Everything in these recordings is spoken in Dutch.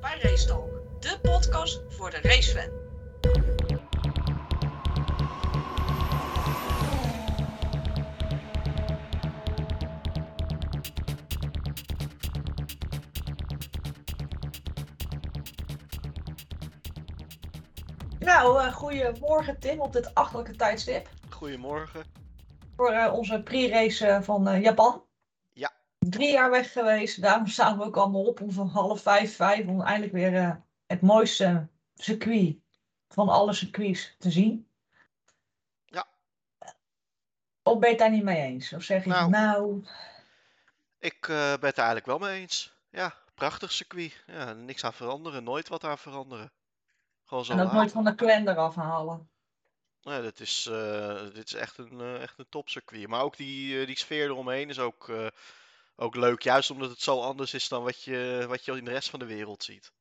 bij Race Talk, de podcast voor de racefan. Nou, eh, goedemorgen Tim op dit achterlijke tijdstip Goedemorgen. voor eh, onze pre-race eh, van eh, Japan. Ja. Drie jaar weg geweest, daarom staan we ook allemaal op om van half vijf, vijf, om eindelijk weer eh, het mooiste circuit van alle circuits te zien. Eh, Ja. Of ben je het daar niet mee eens? Of zeg je nou, Nou. Ik eh, ben het er eigenlijk wel mee eens. Ja, prachtig circuit. Ja, niks aan veranderen, nooit wat aan veranderen. Gewoon zo en ook laten. nooit van de kalender afhalen. Nee, dat is, eh, dit is echt een, eh echt een topcircuit. Maar ook die, eh, die sfeer eromheen is ook, eh, ook leuk. Juist omdat het zo anders is dan wat je, wat je in de rest van de wereld ziet.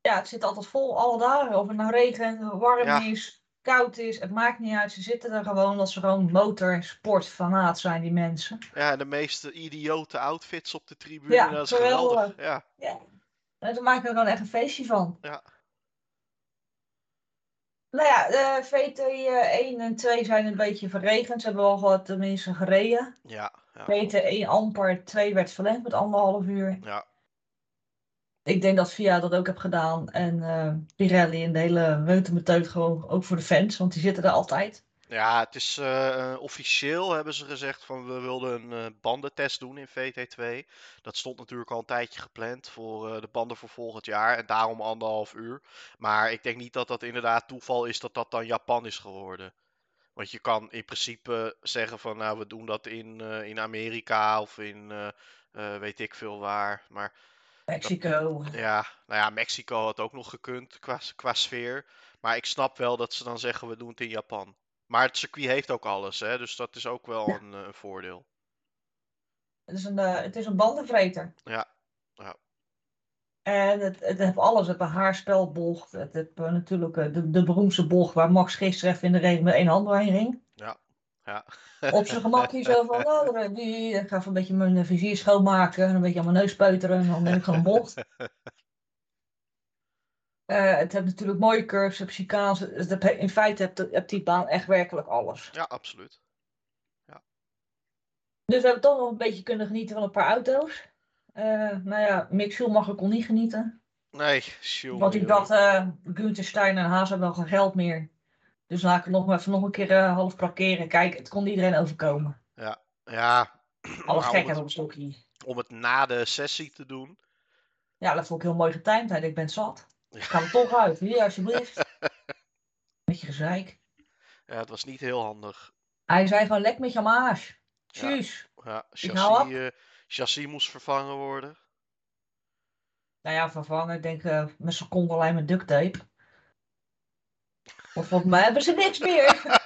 Ja, het zit altijd vol, alle dagen. Of het nou regent, warm Ja. is, koud is, het maakt niet uit. Ze zitten er gewoon omdat ze gewoon motorsportfanaat zijn, die mensen. Ja, de meeste idiote outfits op de tribune. Ja, dat is geweldig. geweldig. Ja, En daar maken we gewoon echt een feestje van. Ja. Nou ja, eh, VT eh, 1 en 2 zijn een beetje verregend. Ze hebben wel wat tenminste gereden. ja, ja. VT 1 amper, 2 werd verlengd met anderhalf uur. Ja. Ik denk dat VIA dat ook heb gedaan. En eh, Pirelli en de hele meutemeteut gewoon ook voor de fans. Want die zitten er altijd. Ja, het is eh, eh, officieel hebben ze gezegd van we wilden een eh, bandentest doen in VT2. Dat stond natuurlijk al een tijdje gepland voor eh, de banden voor volgend jaar en daarom anderhalf uur. Maar ik denk niet dat dat inderdaad toeval is dat dat dan Japan is geworden. Want je kan in principe zeggen van nou we doen dat in, eh, in Amerika of in eh, eh, weet ik veel waar. Maar Mexico. ja, nou ja, Mexico had ook nog gekund qua, qua sfeer. Maar ik snap wel dat ze dan zeggen, we doen het in Japan. Maar het circuit heeft ook alles, hè? Dus dat is ook wel een, eh, een voordeel. Het is een, eh, het is een bandenvreter. Ja, ja. En het, het heeft alles. Het heeft een haarspelbocht. Het heeft eh, natuurlijk eh, de, de beroemdste bocht waar Max gisteren even in de regen met één hand doorheen ging. Ja. Op zijn gemakje zo van, nou, eh, die, ik ga even een beetje mijn eh, vizier schoonmaken. En een beetje aan mijn neus peuteren. En dan neem ik gewoon een bocht. Eh, het heeft natuurlijk mooie curves, het heeft chicanes. Het heeft- in feite hebt hebt die baan echt werkelijk alles. Ja, absoluut. Dus we hebben toch nog een beetje kunnen genieten van een paar auto's. Eh nou ja, Mick Schumacher kon niet genieten. Nee, jongen, Want ik jongen. dacht, eh Gunther Stein en Haas hebben wel geen geld meer. Dus laat ik het nog maar even nog een keer eh, half parkeren. Kijk, het kon iedereen overkomen. Ja, Alle maar om gekheid op het, een stokje. om het na de sessie te doen. Ja, dat vond ik heel mooi getimed. Hij denkt, ik ben zat. Ik ga er toch uit. Hier, alsjeblieft. Beetje gezeik. Ja, het was niet heel handig. Hij zei gewoon, lek met je maas. Ja. Tjus. Ja, Ik hou chassis, eh, chassis moest vervangen worden. Nou ja, vervangen. Ik denk, eh met secondenlijn met duct tape. Want volgens mij hebben ze niks meer.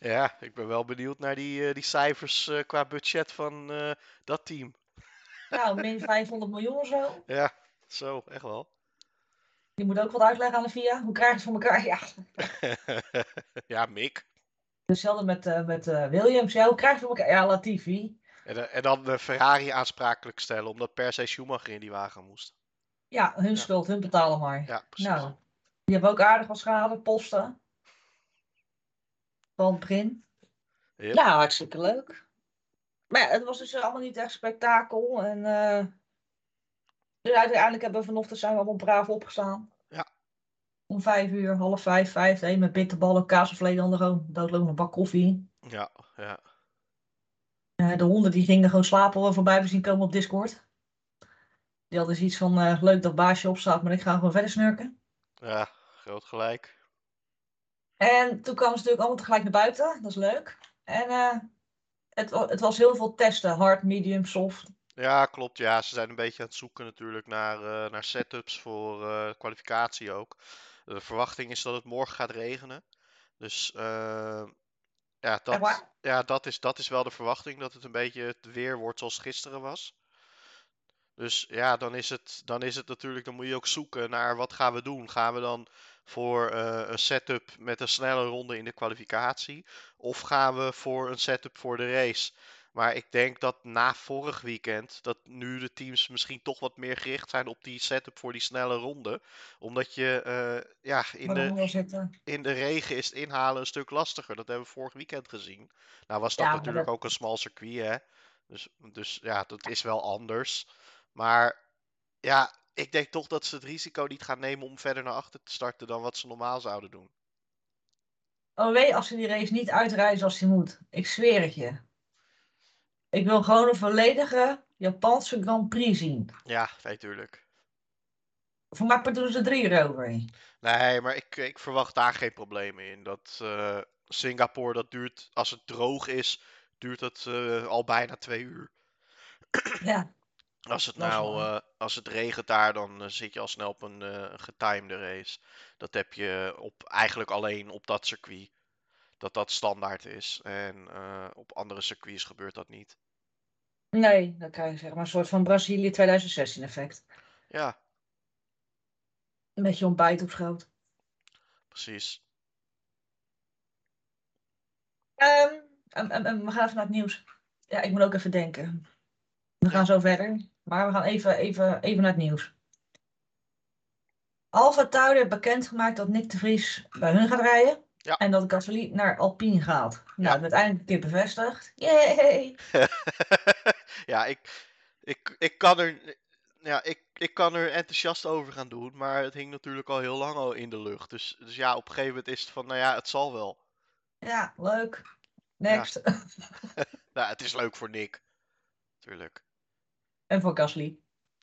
Ja, ik ben wel benieuwd naar die, eh, die cijfers eh, qua budget van eh, dat team. nou, min 500 miljoen of zo. Ja, zo, echt wel. Die moet ook wat uitleggen aan de VIA. Hoe krijg je het voor elkaar? Ja, ja, Mick. hetzelfde met, eh, met eh, Williams. Ja, hoe krijg je het voor elkaar? Ja, Latifi. En, dan- en dan eh, Ferrari aansprakelijk stellen, omdat per se Schumacher in die wagen moest. Ja, hun Ja. schuld. Hun betalen maar. Ja, precies. nou, die hebben ook aardig wat schade. Posten. Van het begin. Yep. Nou, hartstikke leuk. Maar ja, het was dus allemaal niet echt spektakel. En, eh, dus uiteindelijk hebben we vanochtend zijn we allemaal braaf opgestaan. Ja. Om vijf uur, half vijf, vijf, één met bitterballen, kaas of vlees aan de room. Doodlopende bak koffie. Ja, ja. Eh, de honden die gingen gewoon slapen waar we voorbij hebben zien komen op Discord. Die hadden zoiets van, eh, leuk dat baasje opstaat, maar ik ga gewoon verder snurken. Ja, groot gelijk. En toen kwamen ze natuurlijk allemaal tegelijk naar buiten. Dat is leuk. En eh, het, wa- het was heel veel testen. Hard, medium, soft. Ja, klopt. Ja, ze zijn een beetje aan het zoeken natuurlijk naar, eh, naar setups voor eh, kwalificatie ook. De verwachting is dat het morgen gaat regenen. Dus eh, ja, Echt dat, waar? ja dat, is, dat is wel de verwachting. Dat het een beetje het weer wordt zoals gisteren was. Dus ja, dan is het, dan is het natuurlijk, dan moet je ook zoeken naar wat gaan we doen. Gaan we dan voor eh, een setup met een snelle ronde in de kwalificatie? Of gaan we voor een setup voor de race? Maar ik denk dat na vorig weekend, dat nu de teams misschien toch wat meer gericht zijn op die setup voor die snelle ronde. Omdat je eh, ja, in, de, Waarom zitten. in de regen is het inhalen een stuk lastiger. Dat hebben we vorig weekend gezien. Nou was dat Ja, maar natuurlijk ook een smal circuit, hè. Dus, dus ja, dat is wel anders. Maar ja, ik denk toch dat ze het risico niet gaan nemen om verder naar achter te starten dan wat ze normaal zouden doen. OW als ze die race niet uitrijden zoals hij moet. Ik zweer het je. Ik wil gewoon een volledige Japanse Grand Prix zien. Ja, natuurlijk. Voor mij doen ze drie eroverheen. Nee, maar ik, ik verwacht daar geen problemen in. Dat eh, Singapore, dat duurt, als het droog is, duurt het eh, al bijna twee uur. Ja, Als het Dat is nou, waar. eh, als het regent daar, dan eh, zit je al snel op een eh, getimede race. Dat heb je op, eigenlijk alleen op dat circuit. Dat dat standaard is. En eh, op andere circuits gebeurt dat niet. nee, dan krijg je zeg maar een soort van Brazilië 2016 effect. Ja, Een beetje ontbijt op schoot. precies. Ehm, ehm, ehm, ehm, we gaan even naar het nieuws. Ja, ik moet ook even denken. We gaan zo verder, maar we gaan even, even, even naar het nieuws. Alfa Tauri heeft bekendgemaakt dat Nick de Vries bij hun gaat rijden. Ja. En dat Gasly naar Alpine gaat. Nou, Ja. dat werd eindelijk een keer bevestigd. Yay! ja, ik, ik, ik kan er. Ja, ik, ik kan er enthousiast over gaan doen, maar het hing natuurlijk al heel lang al in de lucht. Dus, dus ja, op een gegeven moment is het van, nou ja, het zal wel. Ja, leuk. Next. Nou, het is leuk voor Nick. Tuurlijk. en voor Gasly.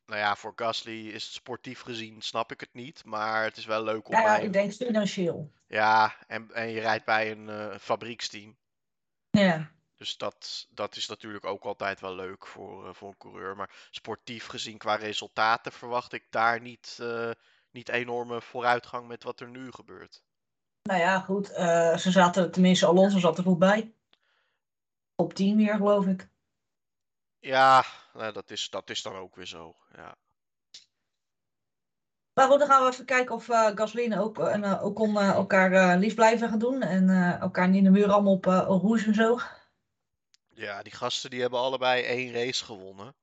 Nou ja, voor Gasly is het sportief gezien, snap ik het niet. Maar het is wel leuk om Nou Ja, ja, bij- ik denk financieel. Ja, en, en je rijdt bij een eh, fabrieksteam. Ja. Dus dat, dat is natuurlijk ook altijd wel leuk voor, eh, voor een coureur. Maar sportief gezien qua resultaten verwacht ik daar niet, eh, niet enorme vooruitgang met wat er nu gebeurt. Nou ja, goed. eh, ze zaten, tenminste Alonso zat er goed bij. Op 10 weer, geloof ik. Ja, nou, dat is, dat is dan ook weer zo. Ja. Maar goed, dan gaan we even kijken of eh Gasly en ook, en, eh, Ocon eh, elkaar eh, lief blijven gaan doen. En eh, elkaar niet in de muur allemaal op eh roes en zo. ja, die gasten die hebben allebei één race gewonnen.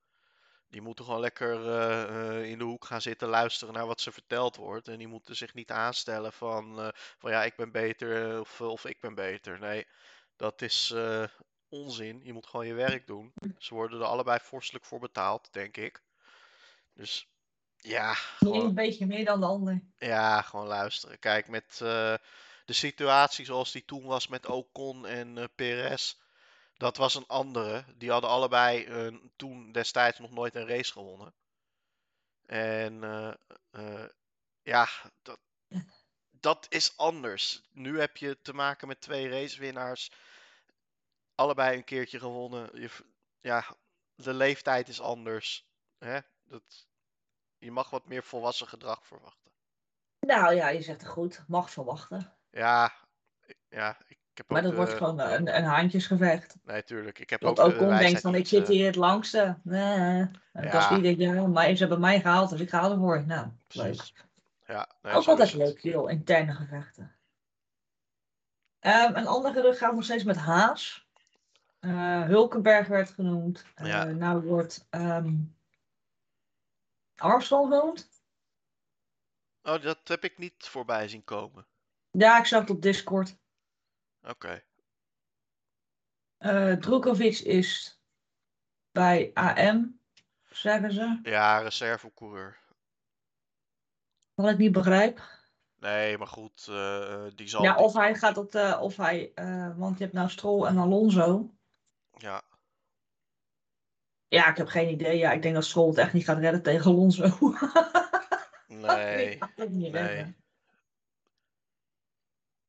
Die moeten gewoon lekker eh, eh, in de hoek gaan zitten luisteren naar wat ze verteld wordt. En die moeten zich niet aanstellen van, eh, van ja, ik ben beter eh, of, of ik ben beter. Nee, dat is eh, onzin. Je moet gewoon je werk doen. Ze worden er allebei vorstelijk voor betaald, denk ik. Dus ja, De een gewoon- beetje meer dan de ander. ja, gewoon luisteren. Kijk, met eh, de situatie zoals die toen was met Ocon en eh, Perez, dat was een andere. Die hadden allebei een- toen destijds nog nooit een race gewonnen. En eh, eh, ja, dat, dat is anders. Nu heb je te maken met twee racewinnaars. Allebei een keertje gewonnen. Je, v- ja, de leeftijd is anders. Hè? Dat, je mag wat meer volwassen gedrag verwachten. Nou ja, je zegt het goed. Mag verwachten. Ja, ik- ja, ik heb Maar ook dat wordt de- gewoon eh, een, een haantjesgevecht. Nee, tuurlijk. Ik heb Want ook de Ocon denkt wijsheid van, ik niet, zit eh, hier het langste. Nee. eh, En Ja. Gasly denkt, ja, maar ze hebben mij gehaald, dus ik ga ervoor. Nou, leuk. precies. Ja, nee, Ook zo altijd is het. leuk, joh, interne gevechten. Ehm, een ander gerucht gaat nog steeds met Haas. Eh, Hulkenberg werd genoemd. Eh, Ja. Nou wordt ehm Armstrong genoemd. Oh, dat heb ik niet voorbij zien komen. Ja, ik zag het op Discord. Oké. Eh Drukovic is bij AM, zeggen ze. Ja, reservecoureur. Wat ik niet begrijp. Nee, maar goed, eh, eh, die zal. Ja, die- of hij gaat op de, of hij, eh, want je hebt nou Stroll en Alonso. oh. Ja, Ja, ik heb geen idee. Ja, ik denk dat Stroll het echt niet gaat redden tegen Alonso. Oh, nee, gaat het niet nee. redden.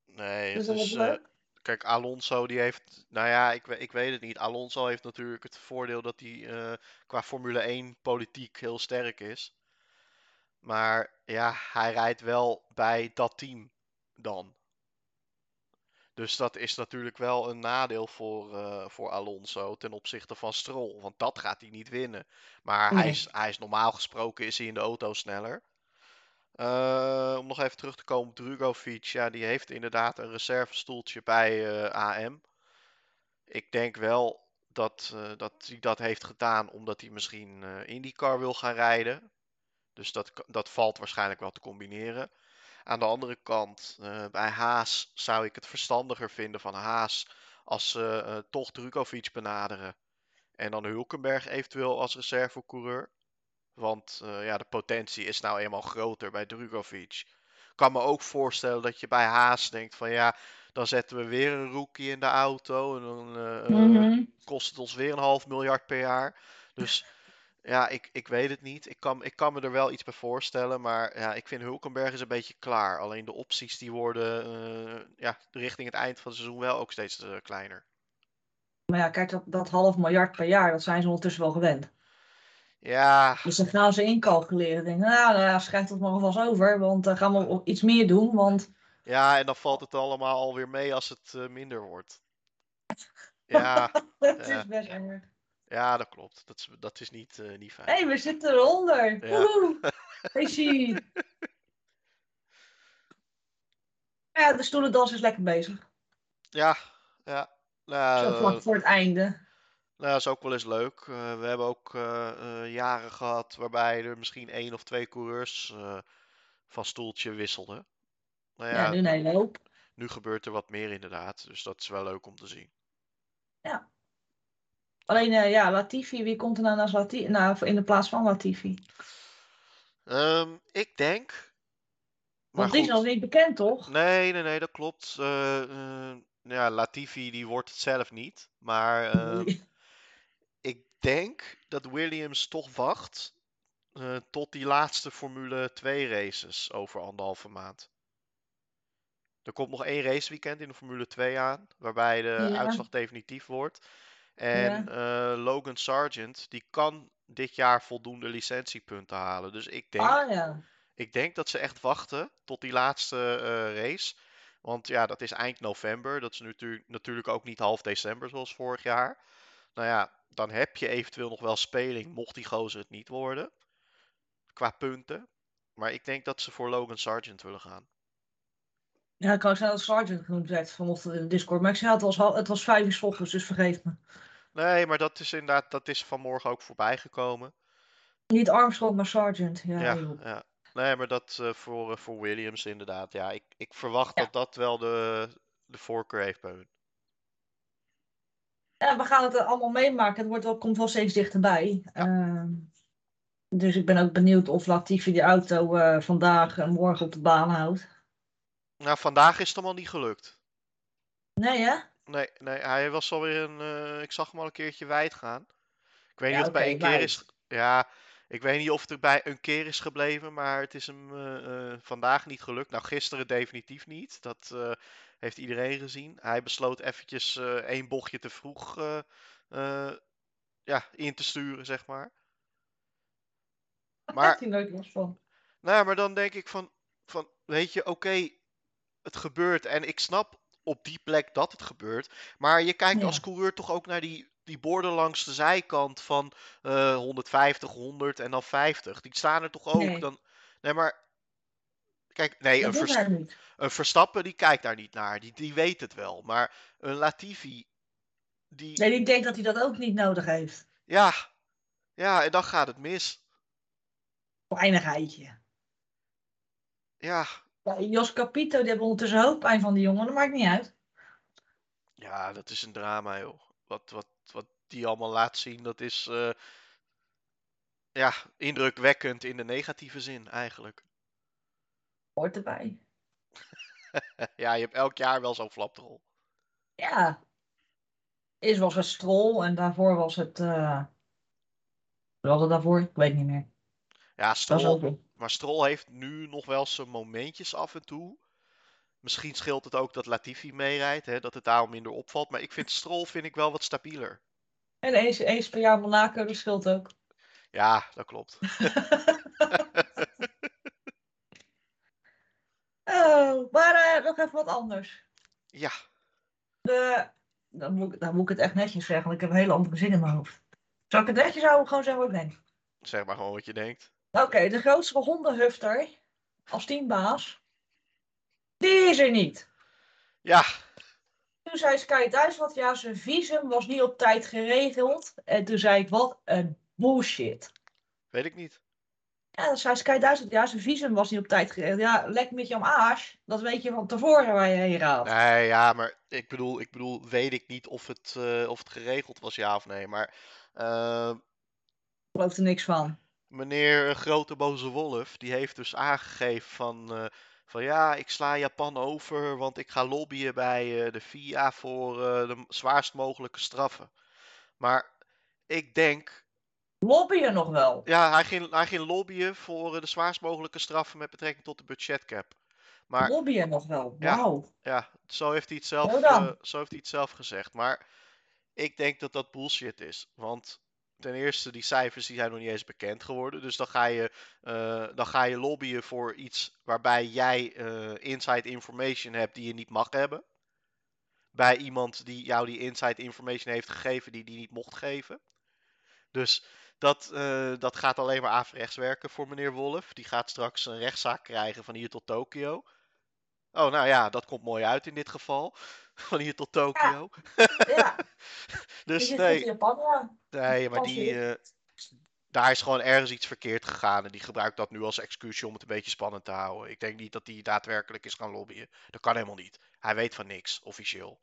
nee. Dus Het dat is, wordt eh, leuk. Kijk, Alonso die heeft, nou ja, ik, we- ik weet het niet. Alonso heeft natuurlijk het voordeel dat hij eh, qua Formule 1 politiek heel sterk is. Maar ja, hij rijdt wel bij dat team dan. Dus dat is natuurlijk wel een nadeel voor, eh, voor Alonso ten opzichte van Stroll. Want dat gaat hij niet winnen. Maar hij, Nee. is, hij is normaal gesproken is hij in de auto sneller. Eh, om nog even terug te komen op Drugovic. Ja, die heeft inderdaad een reservestoeltje bij eh, AM. Ik denk wel dat, eh, dat hij dat heeft gedaan omdat hij misschien eh IndyCar wil gaan rijden. Dus dat, k- dat valt waarschijnlijk wel te combineren. Aan de andere kant, eh, bij Haas zou ik het verstandiger vinden van Haas als ze eh, toch Drukovic benaderen. En dan Hulkenberg eventueel als reservecoureur. Want eh, ja, de potentie is nou eenmaal groter bij Drukovic. Ik kan me ook voorstellen dat je bij Haas denkt van ja, dan zetten we weer een rookie in de auto. En dan eh, Mhm. kost het ons weer een half miljard per jaar. Dus ja, ik, ik weet het niet. Ik kan, ik kan me er wel iets bij voorstellen. Maar ja, ik vind Hulkenberg is een beetje klaar. Alleen de opties die worden eh, ja, richting het eind van het seizoen wel ook steeds eh, kleiner. Maar ja, kijk, dat, dat half miljard per jaar, dat zijn ze ondertussen wel gewend. Ja, Dus dan gaan ze incalculeren. Denken, nou, nou ja, schrijf dat maar alvast over, want dan gaan we op iets meer doen. Want ja, en dan valt het allemaal alweer mee als het eh, minder wordt. Ja, het Ja. is best erg. ja, dat klopt. Dat is, dat is niet, eh, niet fijn. Hé, hey, we zitten eronder. Ja. Woehoe. Hey, zie. Ja, de stoelendans is lekker bezig. Ja, ja. Nou, Zo vlak voor het einde. Nou, dat is ook wel eens leuk. Eh, we hebben ook eh, eh, jaren gehad waarbij er misschien één of twee coureurs eh, van stoeltje wisselden. Nou Ja, ja, nu een hele hoop. nu gebeurt er wat meer inderdaad, dus dat is wel leuk om te zien. Alleen, eh, ja, Latifi. Wie komt er nou naast Latifi? Nou, in de plaats van Latifi. Ehm, ik denk. Maar Want die is goed. nog niet bekend, toch? Nee, nee, nee, dat klopt. Eh, eh, ja, Latifi die wordt het zelf niet, maar ehm, Ik denk dat Williams toch wacht eh, tot die laatste Formule 2 races over anderhalve maand. Er komt nog één raceweekend in de Formule 2 aan, waarbij de Ja. uitslag definitief wordt. En eh, Logan Sargent, die kan dit jaar voldoende licentiepunten halen. Dus ik denk, Ah ja. ik denk dat ze echt wachten tot die laatste eh, race. Want ja, dat is eind november. Dat is natuurlijk, natuurlijk ook niet half december zoals vorig jaar. Nou ja, dan heb je eventueel nog wel speling, mocht die gozer het niet worden. Qua punten. Maar ik denk dat ze voor Logan Sargent willen gaan. Ja, ik kan ook zijn dat Sergeant genoemd werd vanochtend in de Discord. Maar ik zei, het was, hal- het was vijf uur 's ochtends, dus vergeef me. Nee, maar dat is inderdaad, dat is vanmorgen ook voorbij gekomen. Niet Armstrong, maar Sergeant. Ja, Ja, joh. ja. Nee, maar dat eh, voor, eh, voor Williams inderdaad. Ja, ik, ik verwacht Ja. dat dat wel de, de voorkeur heeft bij hun. Ja, we gaan het eh, allemaal meemaken. Het wordt wel, komt wel steeds dichterbij. Ehm, dus ik ben ook benieuwd of Latifi die auto eh, vandaag en morgen op de baan houdt. Nou, vandaag is het allemaal niet gelukt. Nee, hè? Nee, nee, hij was alweer een. eh, ik zag hem al een keertje wijd gaan. Ik weet Ja, niet of het bij oké, één keer wijd. is. Ja, ik weet niet of het er bij een keer is gebleven, maar het is hem eh, eh, vandaag niet gelukt. Nou, gisteren definitief niet. Dat eh, heeft iedereen gezien. Hij besloot eventjes eh, één bochtje te vroeg eh, eh, ja, in te sturen, zeg maar. Daar Maar heeft hij nooit last van. nou, ja, maar dan denk ik van, van weet je, oké, het gebeurt. En ik snap op die plek dat het gebeurt. Maar je kijkt Ja. als coureur toch ook naar die, die borden langs de zijkant van eh, 150, 100 en dan 50. Die staan er toch ook? Nee. Dan, nee, maar kijk, nee, een, Dat doet vers- hij niet. een Verstappen die kijkt daar niet naar. Die, die weet het wel. Maar een Latifi, die, Nee, ik denk dat hij dat ook niet nodig heeft. ja, ja, en dan gaat het mis. Kleinigheidje. Ja, Ja, Jos Capito, die hebben ondertussen hoofdpijn van die jongen. Dat maakt niet uit. Ja, dat is een drama, joh. Wat, wat, wat die allemaal laat zien, dat is eh, ja, indrukwekkend in de negatieve zin eigenlijk. Hoort erbij. Ja, je hebt elk jaar wel zo'n flapdrol. Ja. Eerst was het Strol en daarvoor was het... eh Wat was het daarvoor? Ik weet niet meer. Dat Ja, was Stroll, ook... maar Stroll heeft nu nog wel zijn momentjes af en toe. Misschien scheelt het ook dat Latifi meerijdt, hè, dat het daarom minder opvalt. Maar ik vind Stroll vind ik wel wat stabieler. En eens, eens per jaar Monaco, dat scheelt ook. Ja, dat klopt. Oh, maar eh, nog even wat anders. Ja, De, dan, moet, ik- dan moet ik het echt netjes zeggen, want ik heb een hele andere zin in mijn hoofd. Zal ik het netjes houden of gewoon zeggen wat ik denk? zeg maar gewoon wat je denkt. Oké, de grootste hondenhufter als teambaas, die is er niet. Ja, toen zei Sky Duitsland, ja, zijn visum was niet op tijd geregeld. En toen zei ik, wat een bullshit. Weet ik niet. Ja, dan zei Sky Duitsland, ja, zijn visum was niet op tijd geregeld. Ja, lek met je om aas. Dat weet je van tevoren waar je heen gaat. Nee, ja, maar ik bedoel, ik bedoel weet ik niet of het, eh, of het geregeld was, ja of nee. Maar eh, Ik geloof er niks van. meneer Grote Boze Wolf, die heeft dus aangegeven van, eh, van ja, ik sla Japan over, want ik ga lobbyen bij eh, de FIA voor eh, de zwaarst mogelijke straffen. Maar ik denk Lobbyen nog wel. Ja, hij ging, hij ging lobbyen voor eh, de zwaarst mogelijke straffen met betrekking tot de budgetcap. Maar Lobbyen nog wel. Ja. Wauw. ja, zo heeft hij het zelf, Nou dan. eh, zo heeft hij het zelf gezegd. Maar ik denk dat dat bullshit is. Want ten eerste, die cijfers die zijn nog niet eens bekend geworden. Dus dan ga je, eh, dan ga je lobbyen voor iets waarbij jij eh, inside information hebt die je niet mag hebben. Bij iemand die jou die inside information heeft gegeven die die niet mocht geven. Dus dat, eh, dat gaat alleen maar averechts werken voor meneer Wolf. Die gaat straks een rechtszaak krijgen van hier tot Tokio. Oh, nou ja, dat komt mooi uit in dit geval. Van hier tot Tokio. Ja, je Dus zit nee, in Japan, ja. Nee, maar Als die, je- eh, daar is gewoon ergens iets verkeerd gegaan. En die gebruikt dat nu als excuusje om het een beetje spannend te houden. Ik denk niet dat hij daadwerkelijk is gaan lobbyen. Dat kan helemaal niet. Hij weet van niks, officieel.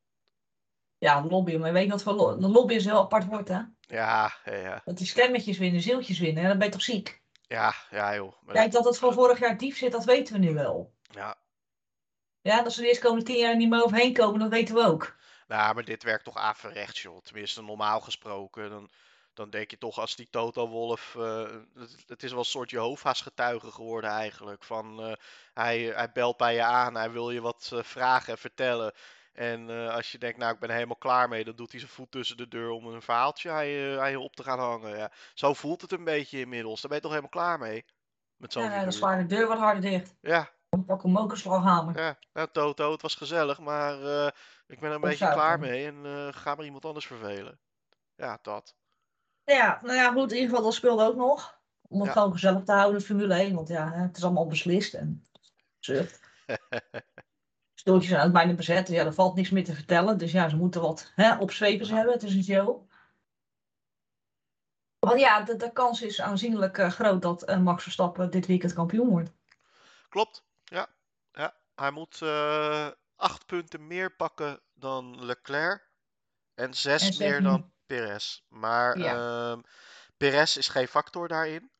Ja, lobbyen. Maar je weet wat voor lo- lobbyen is een heel apart woord, hè? Ja, ja, ja, Dat die stemmetjes winnen, zieltjes winnen. En dan ben je toch ziek? ja, ja joh. Maar Kijk, dat het van vorig jaar diep zit, dat weten we nu wel. Ja. Ja, dat ze de eerst komende tien jaar niet meer overheen komen, dat weten we ook. Nou, maar dit werkt toch averechts, joh. Tenminste, normaal gesproken. Dan, dan denk je toch als die Toto Wolf... eh, het, het is wel een soort Jehovah's getuige geworden eigenlijk. Van, eh, hij, hij belt bij je aan, hij wil je wat eh, vragen en vertellen. En eh, als je denkt, nou, ik ben er helemaal klaar mee... dan doet hij zijn voet tussen de deur om een verhaaltje aan je, aan je op te gaan hangen. Ja. Zo voelt het een beetje inmiddels. Daar ben je toch helemaal klaar mee? Met zo'n Ja, dan figuur. sla je de deur wat harder dicht. Ja, Dan pak hem ook een slaghamer. ja. Nou, Toto, het was gezellig, maar eh, ik ben er een beetje Opzuigen. klaar mee... en eh, ga maar iemand anders vervelen. Ja, dat. Ja, nou ja, goed, in ieder geval, dat speelde ook nog. Om het Ja. gewoon gezellig te houden, Formule 1. Want ja, hè, het is allemaal beslist en zucht. Stoeltjes zijn ook bijna bezet, dus ja, er valt niks meer te vertellen. Dus ja, ze moeten wat hè, opzwepers hebben, het is een show. Maar ja, de, de kans is aanzienlijk eh, groot dat eh, Max Verstappen dit weekend kampioen wordt. Klopt. Ja. ja. Hij moet eh, acht punten meer pakken dan Leclerc. En zes En zes meer meer. dan Perez. Maar Ja. ehm, Perez is geen factor daarin.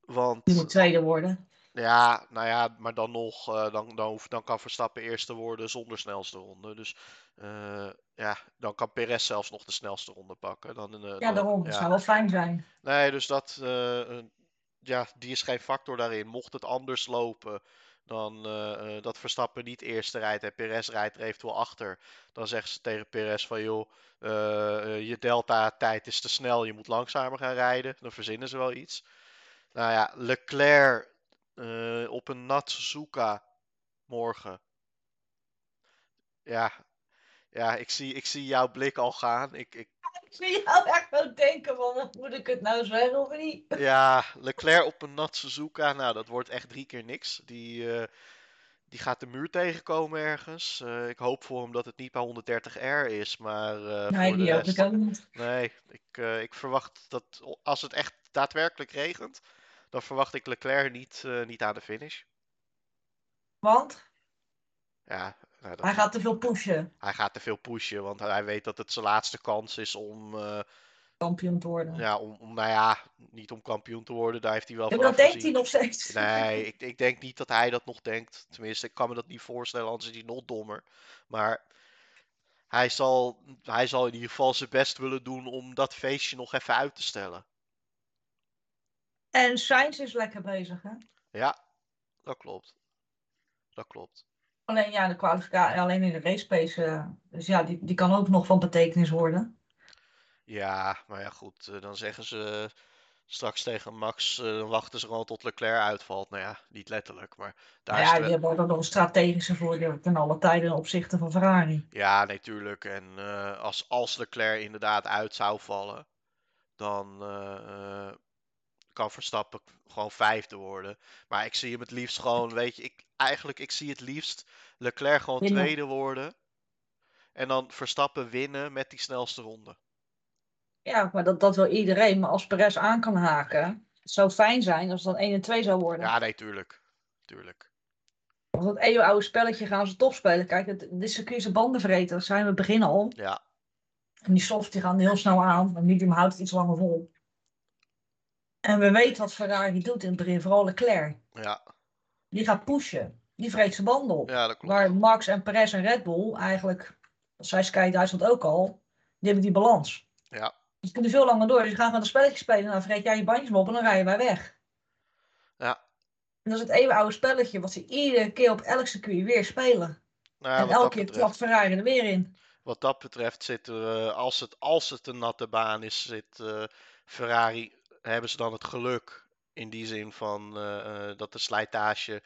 Want Die moet tweede worden. ja, nou ja, maar dan nog, eh, dan, dan, hoeft, dan kan Verstappen eerste worden zonder snelste ronde. Dus eh, ja, dan kan Perez zelfs nog de snelste ronde pakken. Dan, eh, Ja, dan- daarom. Dat zou wel fijn zijn. Nee, dus dat, eh, eh, ja, die is geen factor daarin. Mocht het anders lopen dan eh, eh, dat Verstappen niet eerste rijdt en Perez rijdt er eventueel achter, dan zeggen ze tegen Perez van joh, eh, eh, je delta-tijd is te snel, je moet langzamer gaan rijden. Dan verzinnen ze wel iets. Nou ja, Leclerc eh, op een nat Suzuka morgen. Ja, ja ik, zie, ik zie jouw blik al gaan. Ik, ik, Ik zie jou echt wel denken van, moet ik het nou zeggen of niet? Ja, Leclerc op een nat Suzuka. Nou, dat wordt echt drie keer niks. Die, eh, die gaat de muur tegenkomen ergens. Eh, ik hoop voor hem dat het niet bij 130R is, maar eh, Nee, voor de die hoop rest... ik ook niet. Nee, ik, eh, ik verwacht dat o- als het echt daadwerkelijk regent, dan verwacht ik Leclerc niet, eh, niet aan de finish. Want Ja, nou, dat- hij gaat te veel pushen, hij gaat te veel pushen, want hij weet dat het zijn laatste kans is om, eh, kampioen te worden. ja, om, om, nou ja, niet om kampioen te worden. Daar heeft hij wel Ja, van maar dat deed hij afgezien. nog steeds. Nee, ik, ik denk niet dat hij dat nog denkt. Tenminste, ik kan me dat niet voorstellen, anders is hij nog dommer. Maar hij zal, hij zal in ieder geval zijn best willen doen om dat feestje nog even uit te stellen. En Sainz is lekker bezig, hè? Ja, dat klopt. Dat klopt. Alleen ja, de kwalificatie, alleen in de race pace, eh, dus ja, die, die kan ook nog van betekenis worden. Ja, maar ja, goed. eh, Dan zeggen ze straks tegen Max, eh, dan wachten ze gewoon tot Leclerc uitvalt. Nou ja, niet letterlijk, maar daar Nou is ja, het die wel- hebben ook nog een strategische voordeel ten alle tijden ten opzichte van Ferrari. Ja, natuurlijk. En eh, als, als Leclerc inderdaad uit zou vallen, dan eh, eh, kan Verstappen gewoon vijfde worden. Maar ik zie hem het liefst gewoon, weet je, ik, eigenlijk ik zie het liefst Leclerc gewoon Winnen. tweede worden. En dan Verstappen winnen met die snelste ronde. Ja, maar dat, dat wil iedereen. Maar als Perez aan kan haken, het zou fijn zijn als het dan 1 en 2 zou worden. Ja, nee, tuurlijk. Tuurlijk. Want dat eeuwenoude spelletje gaan ze top spelen. Kijk, het, dit circuit is een bandenvreter. Dat zijn we begin al. Ja, En die softs die gaan heel snel aan. Maar medium houdt het iets langer vol. En we weten wat Ferrari doet in het begin. Vooral Leclerc. ja, Die gaat pushen. Die vreet zijn banden op. ja dat klopt. Waar Max en Perez en Red Bull eigenlijk, dat zei Sky Duitsland ook al, die hebben die balans. Ja. Die kunnen veel langer door. Dus je gaat met een spelletje spelen en dan vreet jij je bandjes maar op en dan rijden wij weg. Ja. En dat is het eeuwenoude spelletje wat ze iedere keer op elk circuit weer spelen. Nou, ja, en wat elke dat keer betreft. klapt Ferrari er weer in. Wat dat betreft zitten we, als het, als het een natte baan is, zit eh, Ferrari, hebben ze dan het geluk in die zin van eh, eh, dat de slijtage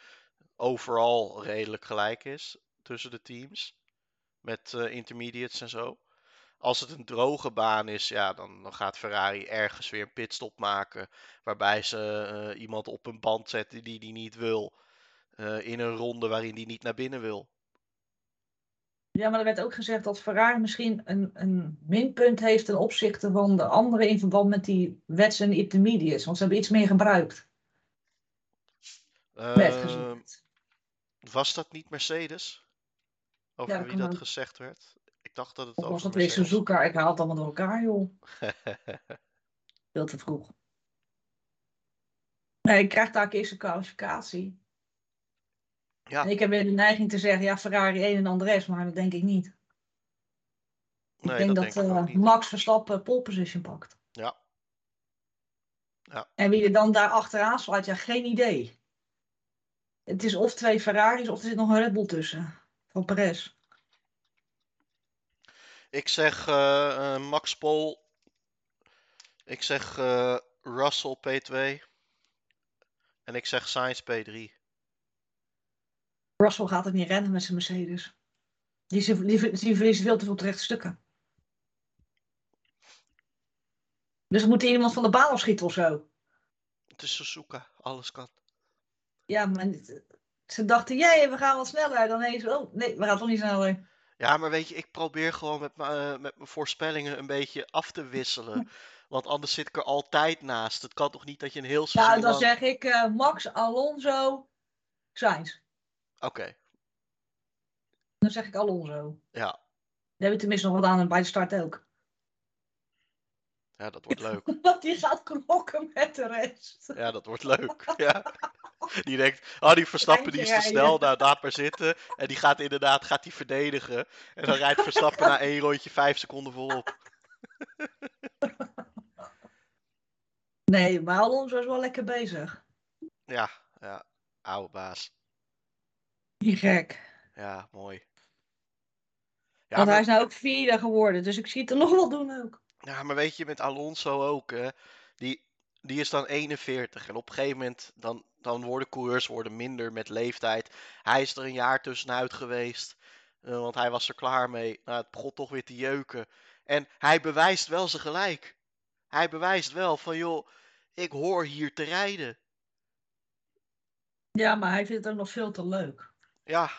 overal redelijk gelijk is tussen de teams. Met eh, intermediates en zo. Als het een droge baan is, ja, dan, dan gaat Ferrari ergens weer een pitstop maken. Waarbij ze eh, iemand op een band zetten die die niet wil. eh, in een ronde waarin die niet naar binnen wil. Ja, maar er werd ook gezegd dat Ferrari misschien een, een minpunt heeft ten opzichte van de anderen in verband met die wets en intermediates. Want ze hebben iets meer gebruikt. Werd Ehm, gezegd. Was dat niet Mercedes? Over Ja, dat wie kan dat ook. gezegd werd? Ik dacht dat het Of was over dat weer Mercedes... Suzuka? Ik haal het allemaal door elkaar, joh. Veel te vroeg. Nee, ik krijg daar eerst een kwalificatie. Ja. En ik heb weer de neiging te zeggen, ja, Ferrari 1 en Andres, maar dat denk ik niet. Ik Nee, denk dat dat, denk ik ook eh, niet. Max Verstappen pole position pakt. Ja. Ja. En wie er dan daar achteraan slaat, ja, geen idee. Het is of twee Ferraris of er zit nog een Red Bull tussen. Van Perez. Ik zeg eh, eh, Max Pol. Ik zeg eh, Russell P2. En ik zeg Sainz P3. Russell gaat het niet rennen met zijn Mercedes. Die, is- die, ver- die verliest veel te veel terechte stukken. Dus dan moet er iemand van de baan afschieten of zo. Het is Suzuka, alles kan. Ja, maar dit- ze dachten, jee, we gaan wat sneller. Dan ineens, oh nee, we gaan toch niet sneller. Ja, maar weet je, ik probeer gewoon met, mijn, eh, met mijn voorspellingen een beetje af te wisselen. Want anders zit ik er altijd naast. Het kan toch niet dat je een heel seizoen Nou, dan lang- zeg ik eh, Max, Alonso, Sainz. Oké, Dan zeg ik Alonso. Dan ja. hebben we tenminste nog wat aan en bij de start ook. ja, dat wordt leuk. Want die gaat knokken met de rest. Ja, dat wordt leuk. Ja. Die denkt, oh, die Verstappen die is te Rijden. snel, nou, laat maar zitten. En die gaat inderdaad, gaat die verdedigen. En dan rijdt Verstappen na één rondje vijf seconden volop. Nee, maar Alonso is wel lekker bezig. Ja, ja, oude baas. Die gek. Ja, mooi. Ja, Want maar, hij is nou ook vierde geworden, dus ik zie het er nog wel doen ook. ja, maar weet je, met Alonso ook, hè. Die, die is dan 41. En op een gegeven moment, dan, dan worden coureurs worden minder met leeftijd. Hij is er een jaar tussenuit geweest. eh, want hij was er klaar mee. Nou, het begon toch weer te jeuken. En hij bewijst wel zijn gelijk. Hij bewijst wel van, joh, ik hoor hier te rijden. Ja, maar hij vindt het ook nog veel te leuk. Ja,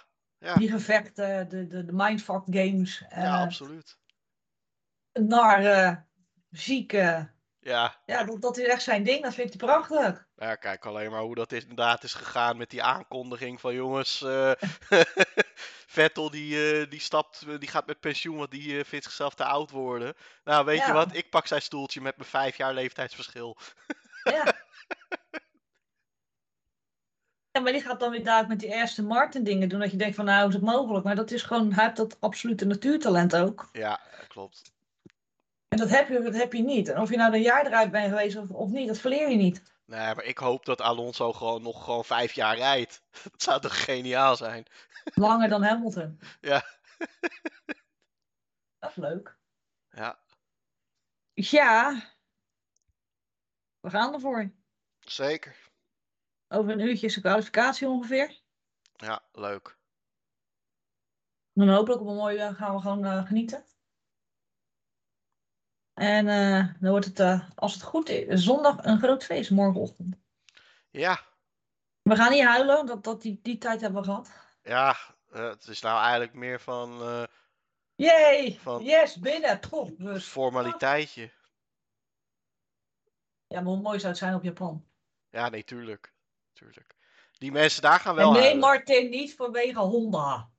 Die gevechten, de, de, de mindfuck games, eh, ja, absoluut. narren, zieken. Ja, Ja, dat, dat is echt zijn ding, dat vindt hij prachtig. nou ja, kijk alleen maar hoe dat is, inderdaad is gegaan met die aankondiging van, jongens, eh, Vettel die, eh, die stapt, eh, die gaat met pensioen, want die eh, vindt zichzelf te oud worden. Nou, weet je Ja. wat, ik pak zijn stoeltje met mijn vijf jaar leeftijdsverschil. Ja. ja, maar die gaat dan weer daar met die eerste Martin dingen doen, dat je denkt van nou, is het mogelijk? Maar dat is gewoon, hij heeft dat absolute natuurtalent ook. Ja, eh, klopt. En dat heb je, dat heb je niet. En of je nou een jaar eruit bent geweest of, of niet, dat verleer je niet. Nee, maar ik hoop dat Alonso gewoon nog gewoon vijf jaar rijdt. Dat zou toch geniaal zijn? Langer dan Hamilton. Ja. Dat is leuk. Ja, Ja. We gaan ervoor. zeker. Over een uurtje is de kwalificatie ongeveer. Ja, leuk. Dan hopelijk op een mooie dag gaan we gewoon eh, genieten. En eh, dan wordt het, eh, als het goed is, zondag een groot feest morgenochtend. Ja. We gaan niet huilen, dat, dat die, die tijd hebben we gehad. Ja, eh, het is nou eigenlijk meer van. eh, Yay! Van- Yes, binnen! dus. Poh, rust. Formaliteitje. Ja, maar hoe mooi zou het zijn op Japan? Ja, nee, tuurlijk. tuurlijk. Die mensen daar gaan wel en nee, huilen. Maar... Martin, niet vanwege Honda.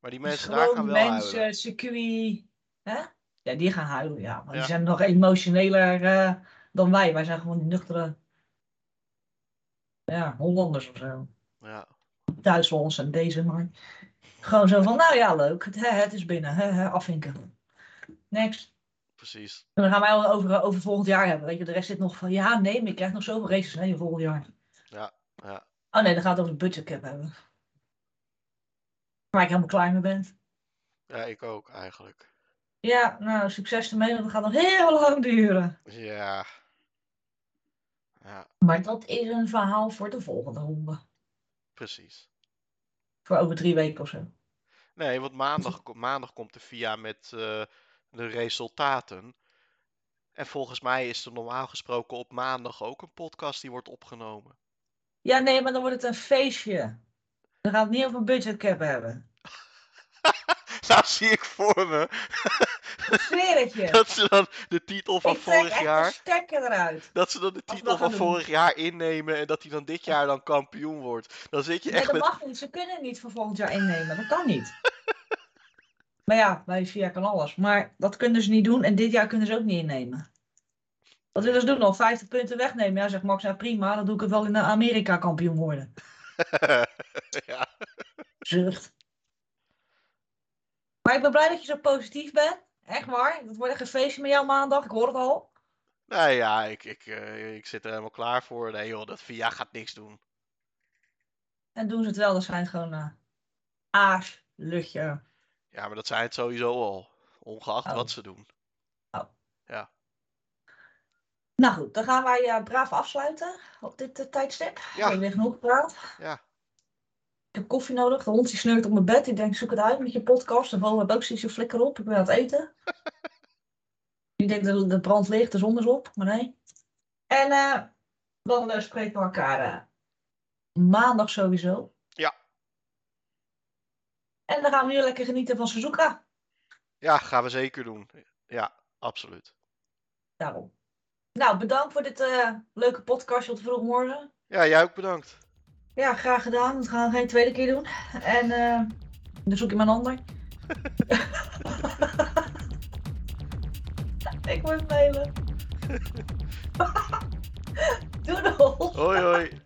die Dus mensen daar gaan gewoon wel mensen, huilen. circuit. Hè? Ja, die gaan huilen, ja. Maar Ja. die zijn nog emotioneler eh, dan wij. Wij zijn gewoon die nuchtere ja, Hollanders of zo. Ja. Duitsers en deze, maar gewoon zo van, nou ja, leuk. Het, hè, het is binnen. hè, hè, afvinken. Next. Precies. En dan gaan wij al over, over volgend jaar hebben. Weet je, de rest zit nog van, ja, nee, maar ik krijg nog zoveel races hè, je volgend jaar. Ja, ja. Oh nee, dan gaat het over de budgetcap hebben. Waar ik helemaal klaar mee ben. Ja, ik ook eigenlijk. Ja, nou, succes ermee, want het gaat nog heel lang duren. Ja. Ja, Maar dat is een verhaal voor de volgende ronde. precies. Voor over drie weken of zo. Nee, want maandag, ko- maandag komt de VIA met eh, de resultaten. En volgens mij is er normaal gesproken op maandag ook een podcast die wordt opgenomen. Ja, nee, maar dan wordt het een feestje. Dan gaat het niet over een budgetcap hebben. Nou zie ik voor me Ik zweer het je. dat ze dan de titel van Ik trek vorig echt jaar... de stekker eruit. Dat ze dan de Als we dat titel van gaan doen. vorig jaar innemen en dat hij dan dit jaar dan kampioen wordt. Dan zit je Nee, echt dat met. mag niet. Ze kunnen niet voor volgend jaar innemen. Dat kan niet. maar ja, bij VIA kan alles. Maar dat kunnen ze niet doen. En dit jaar kunnen ze ook niet innemen. Wat willen ze doen? Al 50 punten wegnemen. Ja, zegt Max, ja prima. Dan doe ik het wel in eh, Amerika kampioen worden. ja. Zucht. Maar ik ben blij dat je zo positief bent. Echt waar. Dat wordt echt een feestje met jou maandag. Ik hoor het al. Nou ja, ik, ik, eh, ik zit er helemaal klaar voor. Nee joh, dat VIA gaat niks doen. En doen ze het wel. Dan zijn het gewoon eh aas, luchtje. Ja, maar dat zijn het sowieso al. Ongeacht Oh. wat ze doen. Nou goed, dan gaan wij eh, braaf afsluiten op dit eh, tijdstip. We hebben weer genoeg gepraat. Ja. Ik heb koffie nodig. De hond die snurkt op mijn bed. Ik denk, zoek het uit met je podcast. En Bo heb ook zoiets een flikker op. Ik ben aan het eten. Ik denk dat de brand ligt, de zon is op. Maar nee. En eh, dan eh, spreken we elkaar eh, maandag sowieso. Ja. En dan gaan we nu lekker genieten van Suzuka. Ja, gaan we zeker doen. Ja, absoluut. Daarom. Nou, bedankt voor dit eh, leuke podcastje op de vroege morgen. Ja, jij ook bedankt. Ja, graag gedaan. Dat gaan we geen tweede keer doen. En eh, dan zoek je maar een ander. Ik word mailen. Doei nog. Hoi hoi.